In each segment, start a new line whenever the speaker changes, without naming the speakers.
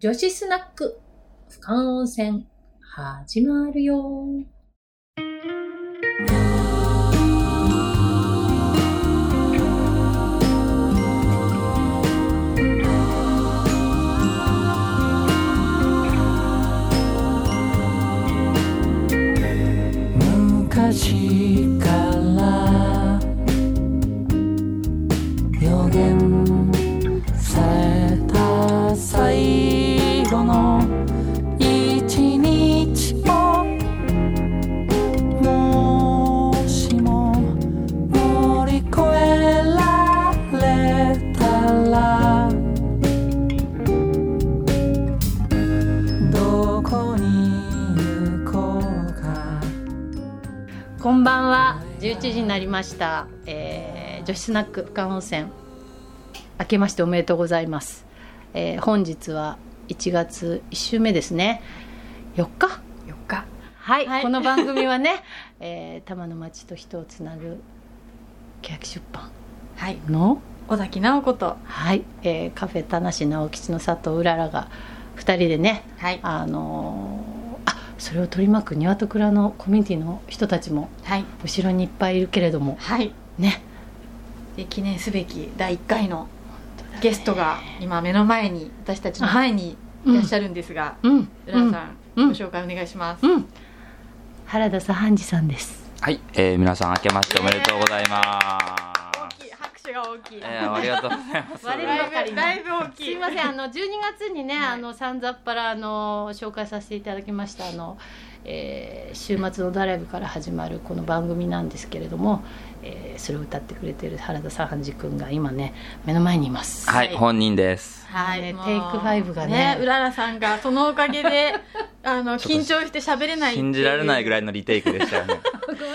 女子スナック、不感温泉、始まるよ。
昔から予言された最後の一日をもしも乗り越えられたらどこに行こうか
こんばんは。11時になりました。えー女子スナック不感温泉。明けましておめでとうございます。えー本日は1月1週目ですね。4日
4日
はい、
はい
この番組は ね、えー、多摩の町と人をつなぐ欅出版
はい
の、
尾崎直子と
はいえーカフェ田無直吉の佐藤うららが2人でね
はい
あのーあそれを取り巻く庭と蔵のコミュニティの人たちも
はい
後ろにいっぱいいるけれども
はい
ね
で記念すべき第1回のゲストが今目の前に私たちの前にいらっしゃるんですが、
うん
浦田さん、
うん
ご紹介お願いします、
うん、うん、原田左半次さんです
はい、えー、皆さん明けましておめでとうございま
大
す。
きい拍手が大きい、
えー、ありがとうございます。
割れるばか
だい
り
ぶ
の
だいぶ大きい
すいませんあの12月にね、
はい
あのさんざっぱらあの紹介させていただきましたあの、えー週末のドライブから始まるこの番組なんですけれども、えーそれを歌ってくれてる原田さんじくんが今ね目の前にいます、
はい、本人です。
はい、
ね
もう
テイクファイブがね
うららさんがそのおかげ であの
ちょっと
緊張して喋れないってう
信じられないぐらいのリテイクでした よね。
ごめんな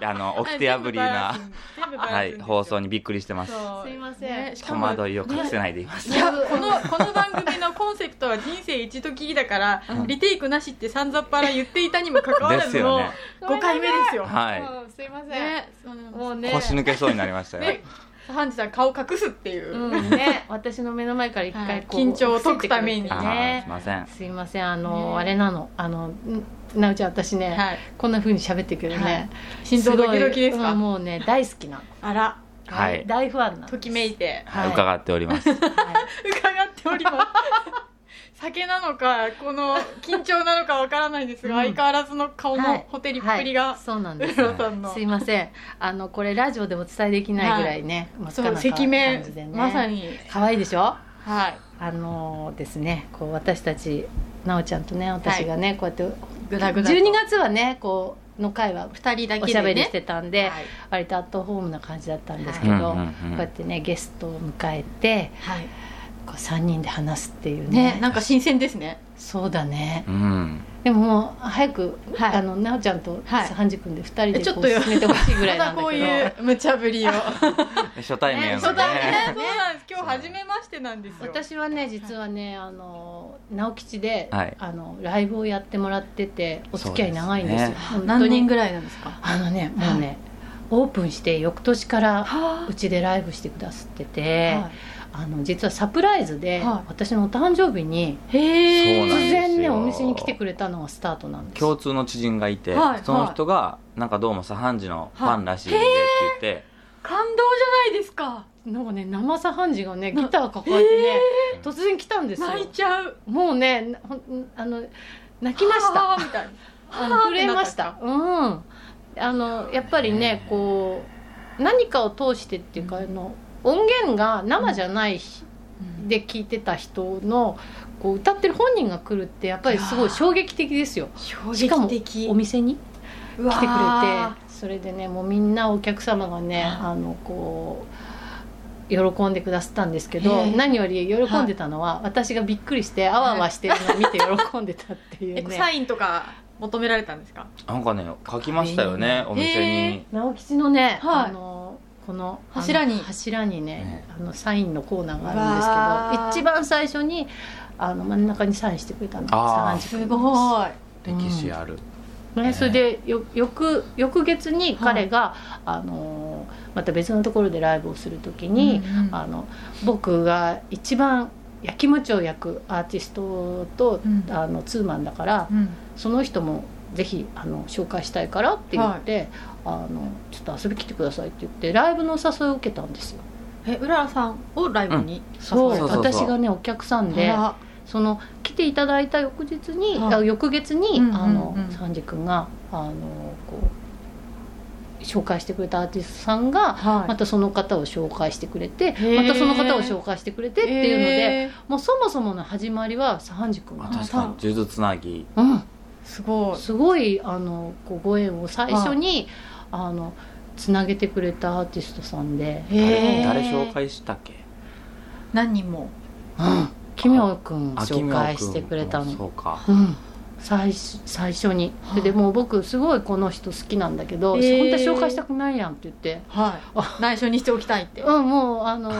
さ
あの、起きて破りな、
全部バ
は
ラすん
い、
ですよ
放送にびっくりしてます。
そう
すいません
しか
戸
も
惑いを隠せないでいます。
いやこのこの番組のコンセプトは人生一度きりだから、
うん
リテイクなしってさんざっぱら言っていたにもかかわ
で
ら
す
ずの
よね。
5回目ですよ。
は
うんすいません、
ね、そうなんです
もうね
い。腰抜けそうになりましたよ。
ね、ハンジさん顔隠すっていう。
うんね、私の目の前から一
は
回
い
こう
緊張を解くために
伏せて
あ
くれてね
ー、すいません。
すいませんあの、
ね
あれなのあのんなおちゃん私ね、
はい。
こんな風に喋ってくるね、
はい心臓ドキドキです
ごいうん
か。
もうね大好きな
あら、
はい。
大ファンな
ときめいて
はい
はい伺っております。
伺っております。 酒なのかこの緊張なのかわからないですが、
うん
相変わらずの顔
は
の
い
ホテリっぷりが、
そうなん
う
です
ららさんの
すいませんあのこれラジオでお伝えできないぐらいね、真っ赤
そう
な感
赤
じ
面、
でね
まさに
可愛いでしょ
はい
あのですねこう私たちなおちゃんとね私がね、こうやって
ぐだぐだと
12月はねこうの回は
二人だけでね
おしゃべりしてたんで、
はい
割とアットホームな感じだったんですけ
うん
ど、
うん
こ
う
うんやってねゲストを迎えて
はい
こう3人で話すっていうね
ねなんか新鮮ですね
そうだね
うん。
でももう早く、
はい
あのなおちゃんと
はい
ハンジ君で2人で
ちょっ
ことう進めてほしいぐらいなんだ けど
まこういう無茶ぶりを
初対面
ね
の
初対面
ね。
ねそうなんです今日初めましてなんですよ
私はね実はね、あの直吉で、
はい
あのライブをやってもらっててお付き合い長いんですよ
そう
本当に
で
何年ぐらいなんですか
あのねもうね、オープンして翌年からうちでライブしてくださってて、
は
あの実はサプライズで、
はい
私のお誕生日に
いへ
そ
突
うなんですよ
然ねお店に来てくれたのがスタートなんです
共通の知人がいて、
はい
その人が、なんかどうもサハンジのファンらしいんでって言って、
感動じゃないですか
なんかね生さハンジがねギター抱えてね、
へー
突然来たんですよ
泣いちゃう
もうねなほんあの泣きました
はーみたいな
あの
はー
震えましたうんあのやっぱりねこう何かを通してっていうか、あの音源が生じゃない日で聞いてた人のこう歌ってる本人が来るってやっぱりすごい衝撃的ですよ
衝
しかも
撃的
お店に
うわ
来
ー
てくれてそれでねもうみんなお客様がねあのこう喜んでくださったんですけど
へえ
何より喜んでたのは、私がびっくりしてあわあわしてるのを見て喜んでたって いう
えサ
ね
インとか求められたんですか
なんかね、書きましたよね、お店に。
直吉のね、
はい
あのこの
柱に
あの柱にね
ね
あのサインのコーナーがあるんですけど
うわ
一番最初にあの真ん中にサインしてくれたの
あ
三
ー
十
す
分
ごい
歴史ある。
ね、それでよ翌翌月に彼が、あのーまた別のところでライブをするときに、あの僕が一番焼きもちを焼くアーティストと、
うん
あのツーマンだから、
うん
その人もぜひあの紹介したいからって言って、あのちょっと遊び来てくださいって言ってライブのお誘いを受けたんですよ
えうららさんをライブに
そう
そうそうそう
私がねお客さん
あ
で
ら
その来ていただいた翌日に、
はい
あ翌月に、
うんうんうん
あのサンジ君があのこう紹介してくれたアーティストさんが
はい
またその方を紹介してくれて、
へー
またその方を紹介してくれてっていうので、
えー
もうそもそもの始まりはサハンジ君
あ
が、
確かに数珠つなぎ
うん、
すごい
すごいあのこうご縁を最初に、あのつなげてくれたアーティストさんで、
へー
誰紹介したっけ
何人も
うん、キミョウ君
あき
紹
みょう
介
くん
してくれたの
そうか
うん、最初最初に、
はい
ででもう僕すごいこの人好きなんだけど、
へー
本当は紹介したくないやんって言って。
はい内緒にしておきたいって
うん、もうあ の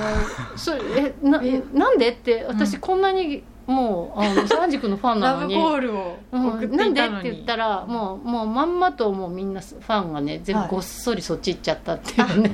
それえな
え
なんでって
う
私
ん
こんなに、もうあ のサンジ君のファンなの
ラブ
に
コールを送っていたの
な
に、
んでって言ったらもうもうまんまともうみんなファンがね全
は
部
い
ごっそりそっち行っちゃったっていう
う
ね、
ん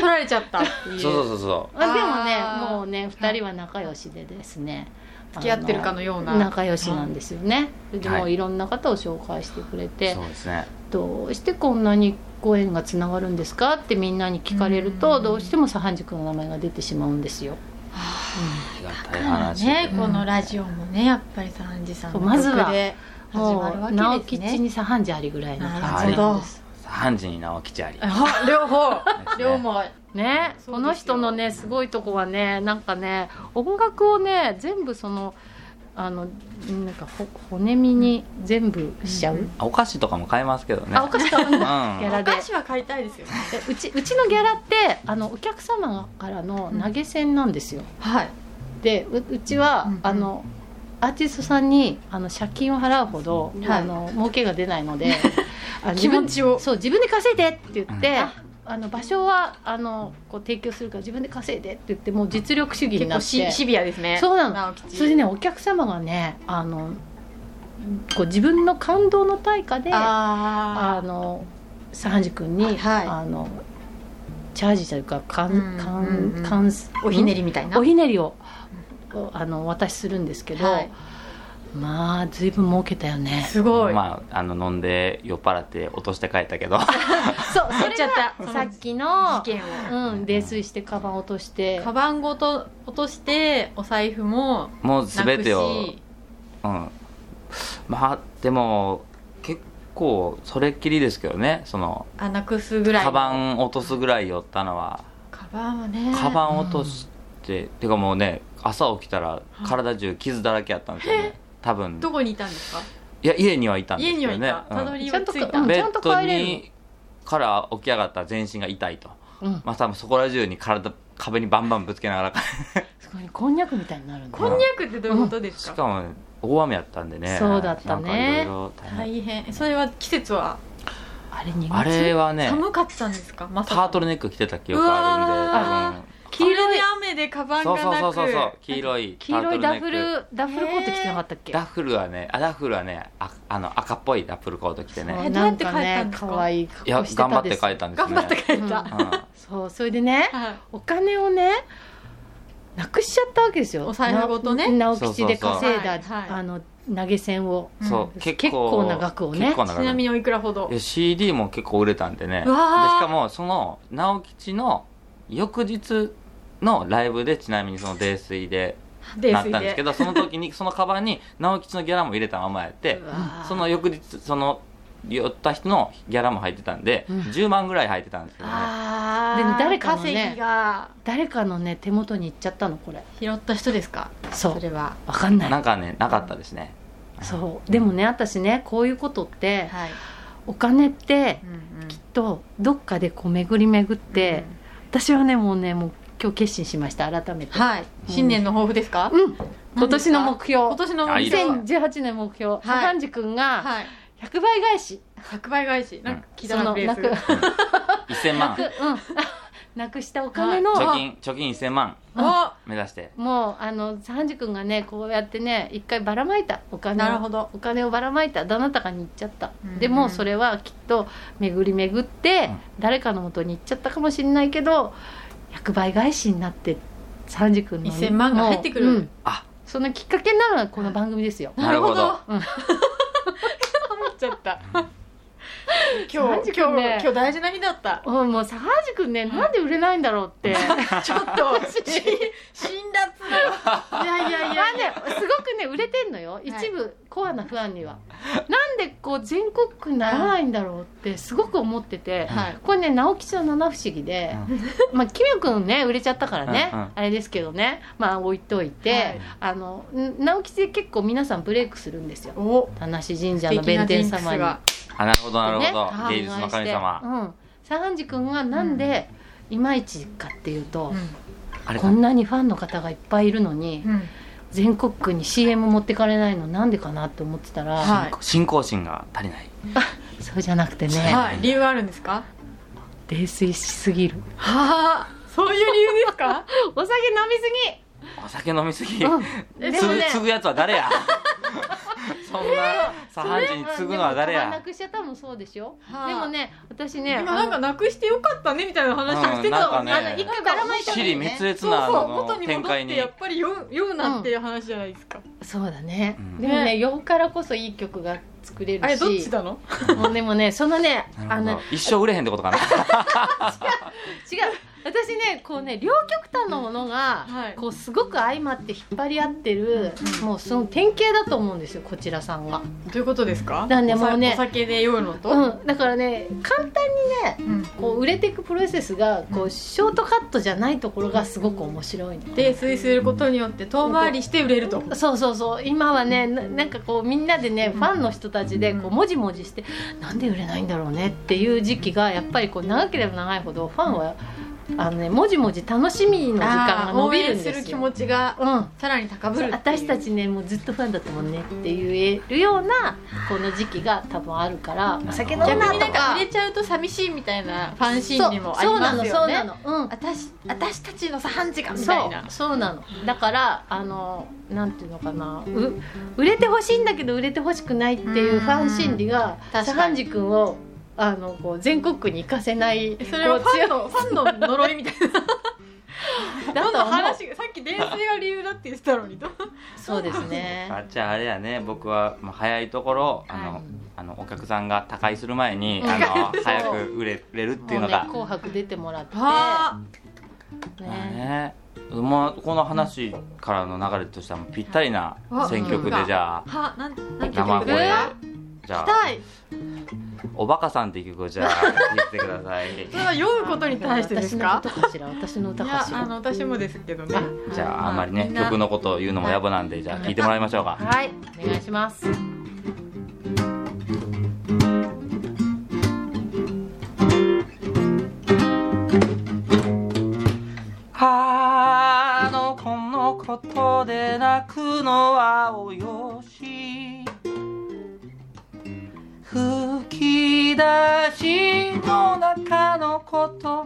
取られちゃった っていう
そうそうそうそ
あでもね
あー
もうね2人は仲良しでですね
付き合ってるかのような
あの仲良しなんですよね、でも
は
う
い
いろんな方を紹介してくれ
う
て、
そうですね
どうしてこんなにご縁がつながるんですかってみんなに聞かれる
う
と
ん
どうしても左半塾の名前が出てしまうんですよ、
ありがたい
まあ
話
ね、
で
このラジオもねやっぱりサンジさんの
そうまずは
曲で始まる
も
わ
う直
けです
吉
ね
に左半塾ありぐらいの
な
感
る
じ
ほ
ど
なんです
3時に直吉あり
あ両方
すね
両も
ね
そうですよ
この人のねすごいとこはねなんかね音楽をね全部そのあのなんかほ骨身に全部しちゃう、
うんうん
あお菓子とかも買えますけどね
あお菓子買うん
う
だ
ん
ギャ
お
ラで
菓子は買いたいですよね
えうちうちのギャラってあのお客様からの投げ銭なんですよ
はい
でううちは、
うんうん
あのアーティストさんにあの借金を払うほど、
はい
あの儲けが出ない のであの
気持ちを
そう自分で稼いでって言って、
うん
ああの場所はあのこう提供するから自分で稼いでって言ってもう実力主義に
結
な
構
って
シシビアですね
そうなの
直吉
それでねお客様がねあのこう自分の感動の対価であ
あ
の三治君に、
はい
あのチャージというかか
うん
んか
うんうん
んかん
ーおひねりみたいな
おひねりをこうあのお渡しするんですけど、
はい
まあ随分儲けたよね
すごい、
まああの飲んで酔っ払って落として帰ったけど
そうそ
れがさっ
きの
事件を
うん泥酔してカバン落として
カバンごと落としてお財布も
もう
な
全
く
てを
し
うんまあでも結構それっきりですけどねその
あなくすぐらい
カバン落とすぐらい寄ったのは
カバンはね
カバン落として、てかもうね朝起きたら体中傷だらけやったんですよね多分
どこにいたんですか
いや家にはいたんです
家
け
に
ど
はい
ね
たたどり着いた
ちゃんとかう
うんん、ベ
ちゃんと
ッ
帰れる
ドにから起き上がったら全身が痛いと
うん
まあ多分そこら中に体壁にバンバンぶつけながら
すごいこんにゃくみたいになるんだ
こ
よ
んにゃくってどういうことです
し
か
かも大雨やったんでね
そうだったね
なんか色々大変
大変それは季節は
あれ苦
あれはね
寒かったんですかまさ
ター
か
トルネック着てた記憶あるんで
黄
こ
色
れ
い
で雨でカバン
多
が
分そうそ
な
うそうそう
く
黄色いタ
黄
ー
色
ト
い
ルネッ
ダ
ク
フルダフルコート着てなかったっけ
ダッフルはねあダッフルはねああの赤っぽいダッフルコート着て
そう
ね
えどう
な
やっ
ん
て帰っ
か
たん
ね
ですか
可愛い
い
格
や
好して
頑張
た
っ
で
て
す
帰ったんです
頑
ね
張って帰った、
う
うん
そうそれでね
はい
お金をねなくしちゃったわけですよ
お財布ごとね
な直吉で稼いだ
そうそうそうはいはい
あの投げ銭を
そううん結
結構
構
な額をね
結構な
ち
額
なみにおいくらほど
いや CD も結構売れたんでねでし
うわー
かもその直吉の翌日のライブでちなみにその泥酔で
泥
なっ
酔
たんですけどその時にそのカバンに直吉のギャラも入れたままやって
うわ
その翌日その寄った人のギャラも入ってたんで、
うん
10万ぐらい入ってたんですけどね
あー
でね誰かのね
稼ぎが
誰かのね手元に行っちゃったのこれ
拾った人ですか
そ
それ
う
は
わかんない
なんかねなかったですね
そうでもね私ねこういうことって
はい、
お金って
うんうん、
とどっかでこう巡り巡って、私はねもうねもう今日決心しました改めて、
はい新年の抱負ですか、
うん今年の目標
今年の
あいいです
2000
2018年目標左半次君が
はい
100倍返し、
100倍返しなんか聞いたな
その
ベー
な
ス
く
1000
な
万
く、うん、 なくしたお金の、
貯金貯金1000万
あ
目指して
もうあの三治君がねこうやってね一回ばらまいたお金を
なるほど
お金をばらまいたどなたかに行っちゃった、
うん
でもそれはきっと巡り巡って、
うん
誰かのもとに行っちゃったかもしれないけど100倍返しになって三時くんの
1000万が入ってくる
うん
あ
そのきっかけになるのはこの番組ですよ
なるほど
なるほど思っちゃった今
マ
日
ジ
今
か
日、
ね
今日大事な日だった
うんもう三時くんねなんで売れないんだろうっ て
ちょっ とし辛辣いやいやいや
なんですごくね売れてんのよ一部コアなファンにはなんでこう全国区にならないんだろうってすごく思ってて
はい
これね直吉の七不思議でまあキミくんね売れちゃったからね
うんうん
あれですけどねまあ置いとい
はい
てあのん直吉で結構皆さんブレイクするんですよ
お
田無神社
素
の
敵な
弁
ジン
天
クス
様に
が
あなるほどなるほど、
ね
芸術の神様、
うん三時くんはなんでいまいちかっていうと
あれ
こんなにファンの方がいっぱいいるのに
うんうん
全国区に CM 持ってかれないのなんでかなって思ってたら、
はい
信仰心が足りない
そうじゃなくてね、
はい理由あるんですか
泥酔しすぎる
はあそういう理由ですか
お酒飲み
お酒飲みすぎ、
すぎ、うん
え
で
つ
もね
つぐやつは誰やそんな左半時に継ぐのは誰
うんでも
や
なくしちゃったもそうでしょ、
はい
でもね私ね
今なんか
あの
なくしてよかったねみたいな話をしてた
うんなんかね
あの一回ばらまいたの
尻
に
滅
ね
裂
そう
なあ
そう
の
元に
展
戻っ
開
て
に
やっぱり酔う酔うなっていう話じゃないですか、
そうだね、
うん
でもね
ね
酔うからこそいい曲が作れるし
あれどっちだの
もうでもねそのね
な
あ
るほ
の
ど一生売れへんってことかな
違う私ねこうね両極端のものが、
はい
こうすごく相まって引っ張り合ってる、
うん
もうその典型だと思うんですよこちらさんが、
どういうことですか
なんで
おさ
もうね
お酒で酔うのと、
うん、だからね簡単にね
うん
こう売れていくプロセスがこうショートカットじゃないところがすごく面白いの。
で水することによって遠回りして売れると、
そうそうそう今はねななんかこうみんなでねファンの人たちでこう
う
んもじもじしてなんで売れないんだろうねっていう時期がやっぱりこう長ければ長いほどファンはあのねもじもじ楽しみの時間が伸びるん
あー応援す
で
る
す
気
よ。
持ちが
うん
さらに高ぶる
そう
っていう
私たちねもうずっとファンだったもんねって言えるようなこの時期が多分あるから
ど
お酒飲ん
逆
だ
に
と
女
なんか
か
売れちゃうと寂しいみたいなファン心理もあり
そう
ますよね
そうなのそうなの、うん、
私私たちのさ半時間みた
そ
いうな
そうなのだからあのなんていうのかなう売れてほしいんだけど売れてほしくないっていううんファン心理が
確かに
サハンジ君をあのこう全国区に行かせない
それは
こ
フ
う強
ァンのファンの呪いみたい
い
な
だ
どん
と
どん
思う
話がさっき泥酔が理由だって言ってたのにと
そうですね
あじゃああれやね僕は、まあ、早いところあの、
はい
あのお客さんが他界する前に、
うん
あ
そう
の早く売れれるっていう
も
の
うね
が
「紅白」出てもらって
は
ね
ね
まあ、この話からの流れとしてはもうぴったりな
あ
選曲
う
で
ん
じゃあ
はなんなんて
生
曲
声
ですか
じゃあ
痛い
「おバカさん」っていう曲をじゃあ言ってください
それは酔うことに対してですか
私の歌かしら私の
い
歌か
や
し
あ
ら
の私もですけどね
じゃああんまりね
みな
曲のことを言うのも野暮なんでじゃあ聞いてもらいましょ うか
はいお願いします
あの子のことで泣くのはおよし吹き出しの中の言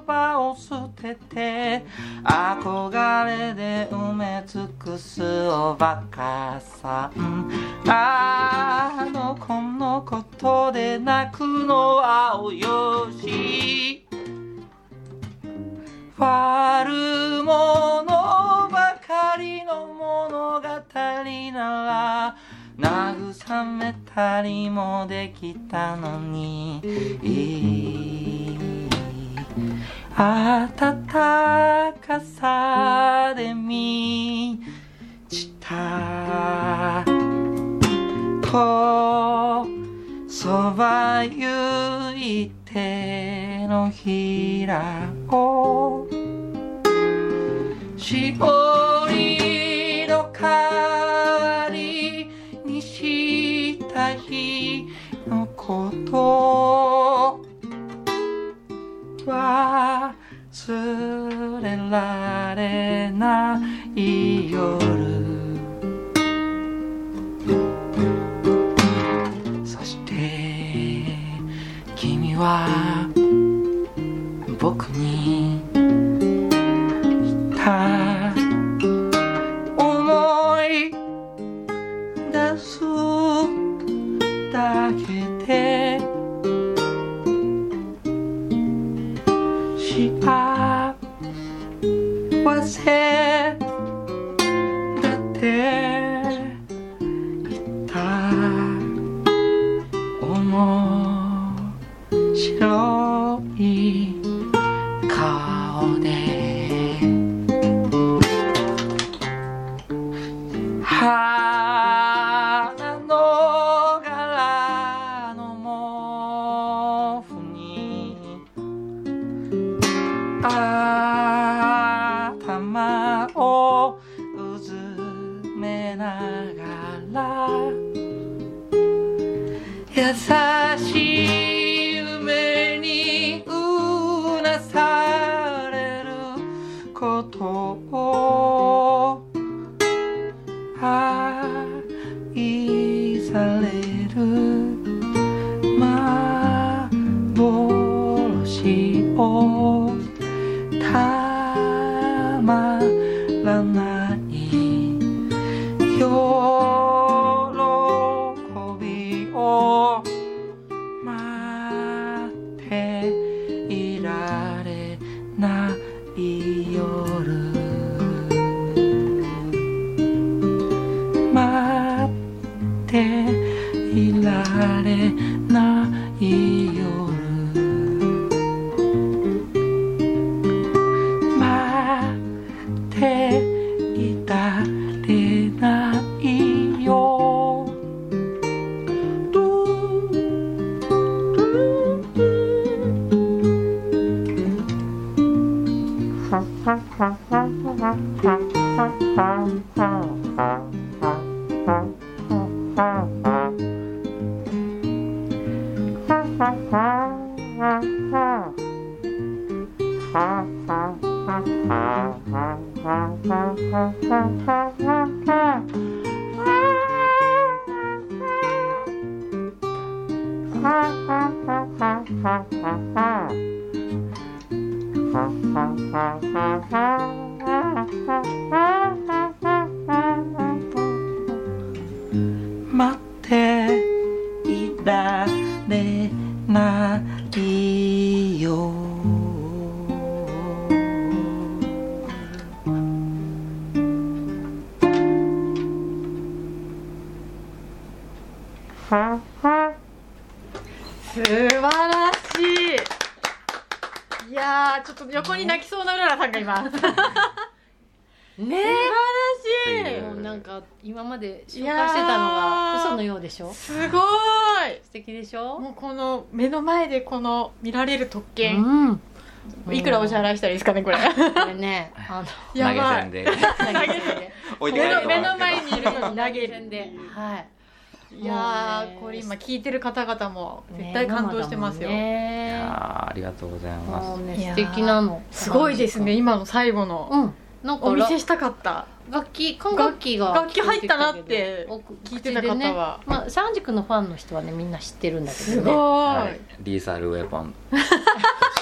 葉を捨てて憧れで埋め尽くすおバカさんあの子のことで泣くのはおよし悪者ばかりの物語なら慰めたりもできたのに暖かさで満ちたこそばゆい手のひらをしおりの代わりにした日のこと忘れられない夜そして君は僕に言った思い出すだけで幸せ
ら優しい夢にうなされることを愛される幻をたまらない喜びを待っていられない夜待っていられない夜待っていられないよ待っていられないよ
素晴らしいいやーちょっと横に泣きそうなうららさんがいます素晴
ね
らし
え
い
もうなんか今まで紹介して
いやー
たのが嘘のようでしょ
すごい
素敵でしょ
もうこの目の前でこの見られる特権、
ん
いくらお支
ゃ
払いしたらいいですかねこれ
これねあの
や
投げ
ば
銭
い
で
投げ銭で
置いて帰
目
ると
の
思
目
うんです
の
け
前にい
ど
るのに投げ
投げ
る
銭ではい
いや
もうね
ーこれ今聞いてる方々も
ね
絶対感動してます
生
よ、
だもん
い
ね
やーありがとうござい
も
ま
うね
いや
素敵なの
すごいですね今の最後の、
うんなんか
お見
ら
せしたかった
楽器管楽器が
楽器入ったなって聞いてなかった
わ
わ、
まあ三軸のファンの人はねみんな知ってるんだけ
す
ど
ごい、
ね
す、はい、リーサルウェポンとし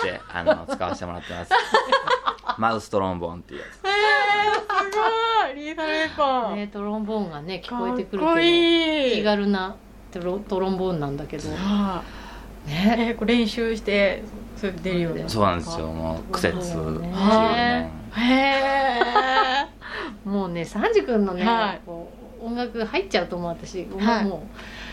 てあの使わせてもらってますマウストロンボンっていうやつ
えー、すごいリーダーレポン、
ねトロンボーンがね聞こえてくる
かっこ
け
い
ど
い
気軽なトロトロンボーンなんだけど
はあ
ね
えー、これ練習してそれ出るような
そうなんですよもう苦節
そうだよね
14年
へえ
もうね三時君のね、
はい
こう音楽入っちゃうと思う私、
はい
も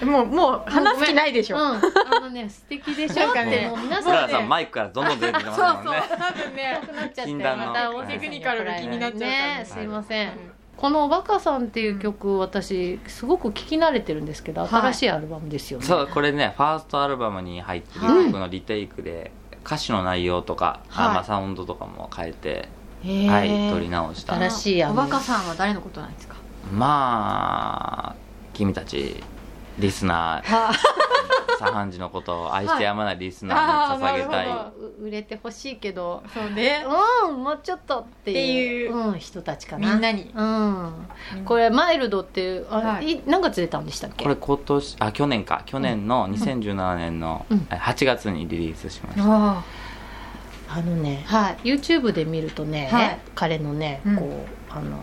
もうもう話す気ないでし
う、う
ょ
ん、あの ね素敵でしょ
なんか
ね
もう皆
福
さ
原
ん
さ
ね
んマイクからどんどん出てきてますもんね
多分ね
なくなっちゃって
禁断の
また大瀬さんに
テ
クニカルが気になっちゃうから
ね
ね
すいません、この「バカさん」っていう曲私すごく聴き慣れてるんですけど、
はい
新しいアルバムですよね、
そうこれねファーストアルバムに入ってる
はい
曲のリテイクで、歌詞の内容とか、
はい
あまあ、サウンドとかも変えて、
へー
はい、撮り直した
新しいあ
お
の
バカさんは誰のことなんですか
まあ君たちリスナー
は
サハンジのことを愛してやまないリスナーに捧げたい、
あーなるほ
う売れてほしいけど
そうね
うんもうちょっとっていう
ってい
うん、人たちか
み
なん
なに
うん、これマイルドっていうあれ、
はい
い、何月出たんでしたっけ
これ今年あ去年か去年の2017年の
うん
8月にリリースしました、
あ
あのね
あはい
YouTube で見るとね、
はい
彼のね
うん
こう、あの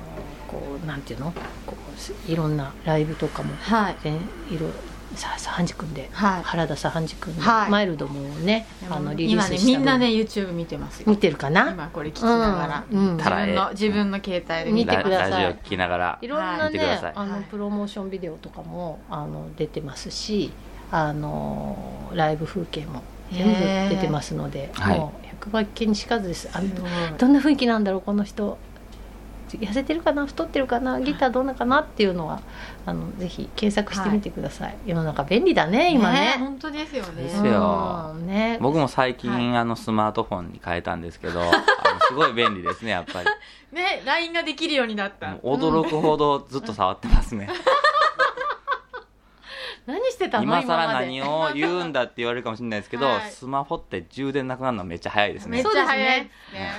こうなんていうのこういろんなライブとかも
はい
全いろさサハンジ君で
はい
原田サハンジ君の
はい
マイルドもね、あのリリー
今
ス
ね
した
みんなね YouTube 見てますよ
見てるかな
今これ聞きながら、
うんうん
た
自
だ
分
え
の
ー
自分の携帯で見
見て
て
ラ
ください
ラジオ聞きながら
いろんな
はい
ね、
見てください
あ
は
の
い
プロモーションビデオとかもあの出てますしあのライブ風景も全部出てますので、
はい
もう100倍気にしかずですあ
すごい
どんな雰囲気なんだろうこの人痩せてるかな太ってるかなギターどんなかなっていうのはあのぜひ検索してみてください、世の中便利だね今
ね
ね
本当ですよね
で
う
す
ん
よ
ね
僕も最近、
は
あのスマートフォンに変えたんですけ どあのすごい便利ですねやっぱり
ね LINE ができるようになった
もう驚くほどずっと触ってますね、
してたの
今
今
更
まで
何を言うんだって言われるかもしれないですけど、
はい
スマホって充電なくなるのめっちゃ早いです
めっ
ね
ちゃ早いです ね。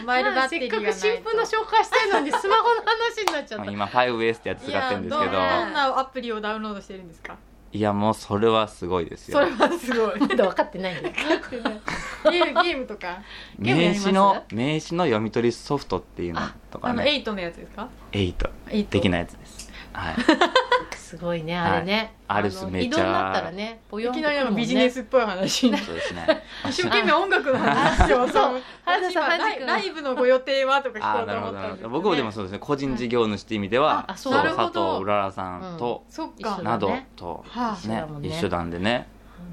モバイル
ま
バ
あ
ッテ
せ
リ
っ
ーが
か
ない
く
と。
新聞の紹介してるの にスマホの話になっちゃっ
まあ
た
今 5S ってやつ使ってるんですけど
いやどんなアプリをダウンロードしてるんですか。
いやもうそれはすごいです
そ
よ
れはすごい。
まだ分かってないんだ
ゲームゲームとか。ゲームやり
名
ます
刺の名刺の読み取りソフトっていうの
あ
とか
の
ね
エイトのやつですか。
8
エイト
的なやつです はい
すごいねあれね、
はいあれ
の
めちゃ
異動になったらねぽよ
い
んと
き
く
なりあ
る
の
もんね
ビジネスっぽい話に。
そうですね
一生懸命音楽の話を
そ
そう
う。原田さん
ラ
原
イ
田君
ライブのご予定はとか聞
あ
こ
あ
う
な
と
る
思っ
ほ
たん
どなるほ
ですけどね
ど僕もでもそうですね個人事業主って意味では、
ああそ
そ
うう
佐
なる
ほど
藤うららさんと、
そっ
う
か
ん
などと
はあ
そう
ね
だもんね
一緒なんでね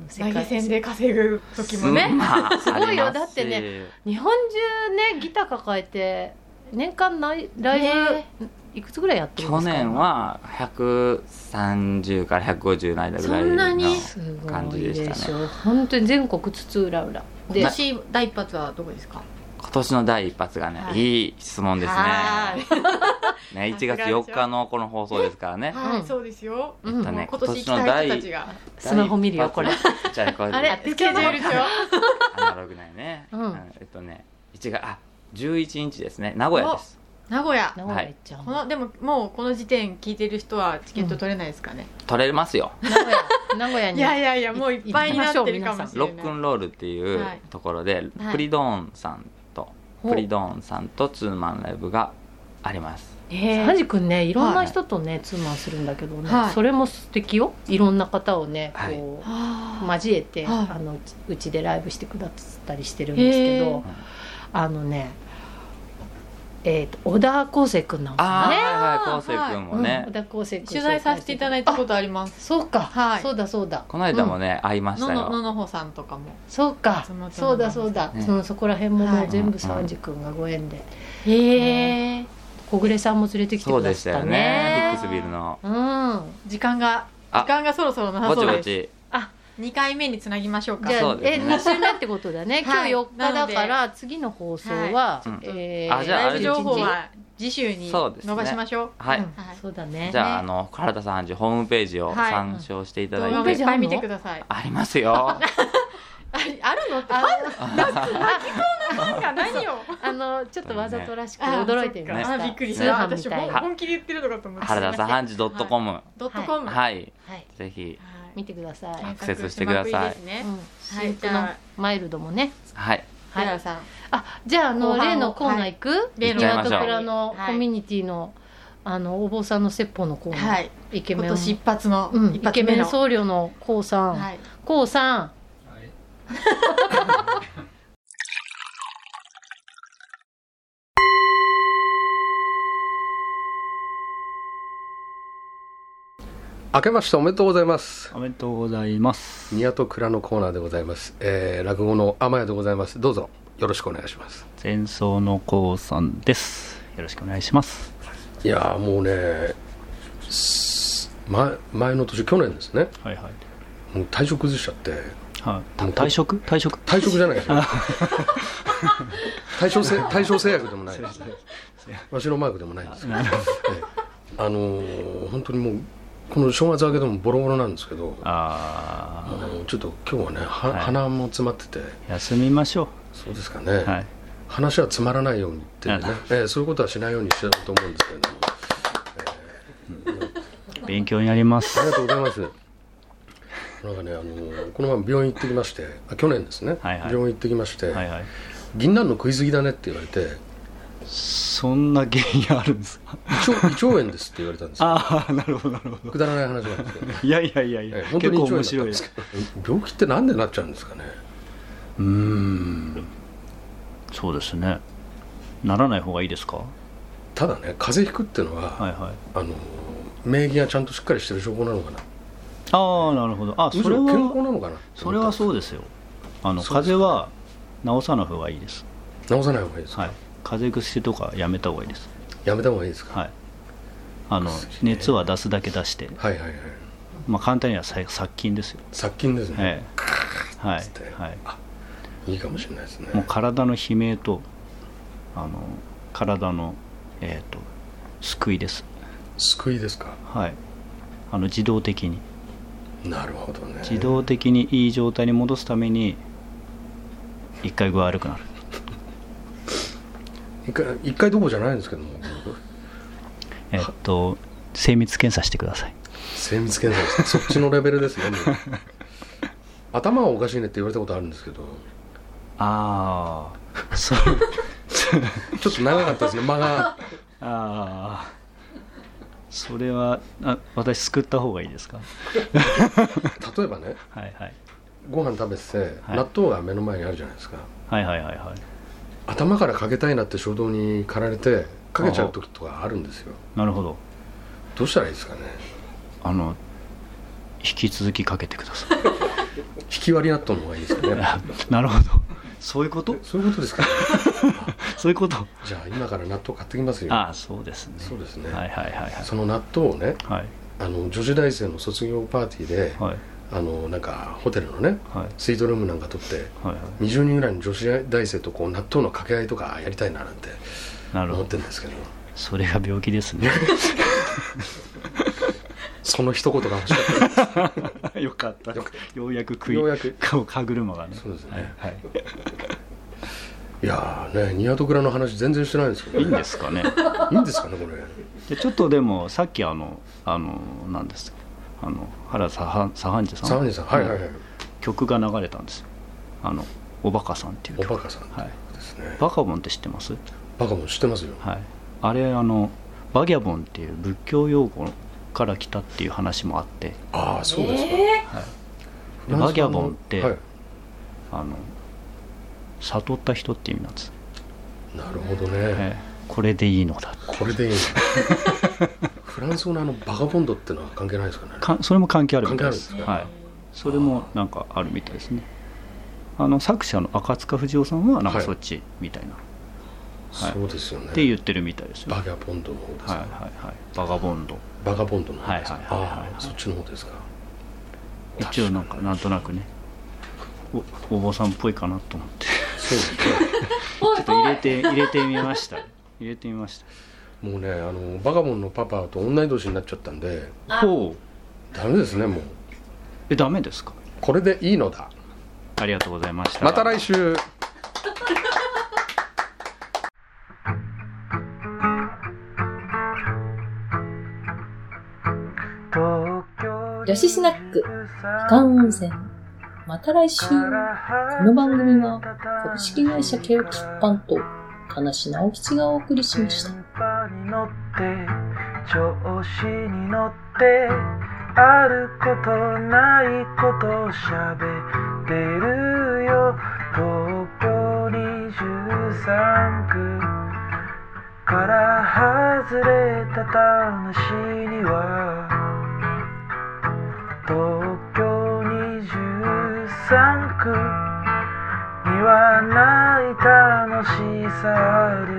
世
投げ
界
銭で稼ぐ時もね、
うんまあ
すごいよ
ありますし
だってね日本中ねギター抱えて年間ないライ
ね
ブいくつぐらいやってるんで
去
すか
年は130から150の間ぐらいの
そんなに
す
感
ご
じ
い
でしたね
でしょ本当に全国津々浦々
で
で
今年第一発はどこですか
今年の第一発がね、
はい
い、い質問です
は
ね
い
ね1
さすが
月
でしょ
4日のこの放送ですからね
はい、
うん
そうですよ、
う
えっ
ん
と
もう
ね
今年行きたい人たちが
スマホ見るよこれ
第一発じゃあこれ
あ
あ
れ
スケジュール帳
アナログないね、
うん
えっとね1月あ11日ですね名古屋です
名古屋
名古屋行っちゃう
このでももうこの時点聞いてる人はチケット取れないですかね、
取れますよ
名古屋 名古屋
い
に
やいやいやもういっぱいになってるかもしれ
ロ
ない
ックンロールっていう
はい
ところで、
はい
プリドーンさんと
ほう
プリドーンさんとツーマンライブがあります
え
ハ
ー
ジ君ねいろんな人とね、ツーマンするんだけどね、
はい
それも素敵よいろんな方をね
はい
こう、
あー
交えて、
はい
あのうちうちでライブしてくださったりしてるんですけ
へー
どあのねえーと小田康生君なん
ああ、
かね
はいはい昴生君もね、
うん小田康生君
取材させていただいたことあります
そうか、
はい
そうだそうだ
この間もね、会いまし
の
た
のの
よ
のほさんとかも
そうか
松本の
そうだそうだ、
ね
そのそこら辺もも
は
う
い
全部三治君がご縁で、
へえ
小暮さんも連れてきて
そう
く
で
だ
した
さった
よね
ね
ヒックスビルの
うん
時間が
あ
時間がそろそろなさ
ぼ
そ
ち
う
ぼ
です
ち
2回目につなぎましょうか
じゃ
そ
あ
う、です
え、
ね
二週目ってことだね。今
はい
日4日だから、次の放送は
はい、
え
あじゃあ
ライブ
れ
情報
11
は次週に
そうですね
伸ばしましょ
はい、
うんそうだね。
じゃ
ね
ああの原田さんちホームページを
はい、
参照していうただ
動
いて、
画もいっぱい見てください
ありま すよ
ああるのってファンファンが何を
あの、ちょっとわざとらしく
あ
驚いてみまし
そっか
た。
あびっくりし
通
た
販み
私
たいに。
本
は
本気で言ってるのかと思って
原田さんち .com はい、
ドットコム
はい、
い。
ぜひ
見てください。
アクセスしてください
うん
は
新
い
婦
じ
の
ゃ
マイルドもね。
はい
あ
は
原田
い。
さん
あ、じゃあ、あ
後
の、
半を
例のコーナー行く
い例の
岩と倉
は
の
い
コミュニティの、あの、お坊さんの説法のコーナ
は
ー。
い
イケ
今
メン。
年一発の
うん、
一
イ
発
ケメ
目
ン
の
僧侶のこうさん。
はい
こうさん。
明けましておめでとうございます
おめでとうございます。
宮と蔵のコーナーでございます、えー、落語の天谷でございますどうぞよろしくお願いします
前奏のこうさんです。よろしくお願いします。
いやーもうねす前前の年去年ですね
はいはい。
もう体調崩しちゃって
はい、た退職退職
退職じゃない ですよ対象せ対象制約でもないですわしのマークでもないんですけど、ええあのー本当にもうこの正月明けでもボロボロなんですけどあ
あ
のちょっと今日はねは、
はい
鼻も詰まってて
あ、休みましょ
そうですかね、
う。はい。
話はつまらないようにっていうね
なる、
えーそういうことはしないようにしてると思うんですけれども
勉強になりま
あ
す。
りがとうございますなんかね、あのーこの前病院行ってきましてあ去年ですね、
はいはい
病院行ってきまして、
はいはい。
銀杏の食い過ぎだねって言われて
そんな原因あるんですか
胃腸胃腸炎ですって言われたんですよ
ああ、なるほどなるほど。
くだらない話なんです けど、ね
いやいやいやい
え
や
ー、本当
結
に胃
構
腸炎だ
面
ったん
白い
で
ですす。
けど病気ってなんでなっちゃうんですかね
うーん。そうですね。ならない方がいいですか
ただね風邪ひくっていうのは、
はいはい。
あのー免疫がちゃんとしっかりしてる証拠なのかな
ああ、なるほど。あ、
むし
それ
ろ健康
は、
なのかな
それはそうですよ。あの、
そうです
風邪は治さない方がいいです。
治さない方がいいですか、
はい、風邪薬とかやめた方がいいです、
やめた方がいいですか、
はい、あの
薬ね
熱は出すだけ出して、
はい、はいはいはい
まあ、簡単にはさ殺菌ですよ、
殺菌ですね、
ええはい
つって
はい、
いいかもしれないですね。
もう体の悲鳴とあの体の、えー、と救いです、
救いですか。
はい、あの自動的に
なるほどね
自動的にいい状態に戻すために一回具合悪くなる
一回一回どころじゃないんですけども僕
えっと精密検査してください
精密検査 ですそっちのレベルですねもう頭はおかしいねって言われたことあるんですけど
ああ そう
ちょっと長かった ですね間が
ああそれはあ私救った方がいいですか
例えばね
はいはい
ご飯食べてて、
はい
納豆が目の前にあるじゃないですか
はいはいはいはい
頭からかけたいなって衝動に駆られてかけちゃう時とかあるんですよ
なるほど
どうしたらいいですかね
あの引き続きかけてください
引き割り納豆の方がいいですかね
あ なるほどそういうこと
そういうことですか、
そういうこと
じゃあ今から納豆買ってきますよ
ああそうですね
そうですね
はいはいはいはい
その納豆をね
はい
あの女子大生の卒業パーティーで、
はい
あのなんかホテルのね
はい
スイートルームなんか取って
はいは
20人ぐらいの女子大生とこう納豆の掛け合いとかやりたいななんて
いなる
思
ほ
って
ど
るんですけど
それが病気ですね
その一言が欲しかった
よかった
よ
よ
か
うやく食い
ようやく
顔歯車がね
そうですね
はいはい
いやーねニアトクラの話全然してないんですけど、
い
ね、
いんですかね
いいんですかねこれ
でちょっとでもさっきあのあのなんですあの原サハサハンジさん
サハニさんはいはいはい
曲が流れたんですよあの「おバカさん」っていう
お
曲
バカさんって
はい
ことですね、
バカボンって知ってます
バカも知ってますよ
はいあれあのバギャボンっていう仏教用語から来たっていう話もあって
ああそうですか、
で
フランスの
バギャボンって
はい、
あの悟った人って意味なんです、
なるほどね、
ええこれでいいのだ
これでいいの フランス語のあのバガボンドってのは関係ないですかね
かそれも関係あるみたいです
関係あ
はい、それもなんかあるみたいですねあの作者の赤塚不二夫さんはな
は
んか
い
そっちみたいな、はい
そうですよね
って言ってるみたいですよ
バ
はい
ギャボンドの方ですか、
はいはいバガボンド
バガボンドの方ですか、
はいはいはいはいはい
ああそっちの方ですか
一応なんかなんとなくねおお坊さんっぽいかなと思って
そうですね
ちょっと入れて入れてみました入れてみまし
もうねあのバガボンのパパと同い年になっちゃったんで
たほう
ダメですねもう
えダメですか
これでいいのだ
ありがとうございました
また来週
女子スナック、機関温泉。また来週。この番組は、株式会社ケオキッパンと、田無直吉がお送りしました。
に乗って調子に乗ってあることないことを喋ってるよ東京23区から外れた話には東京23区にはない楽しさある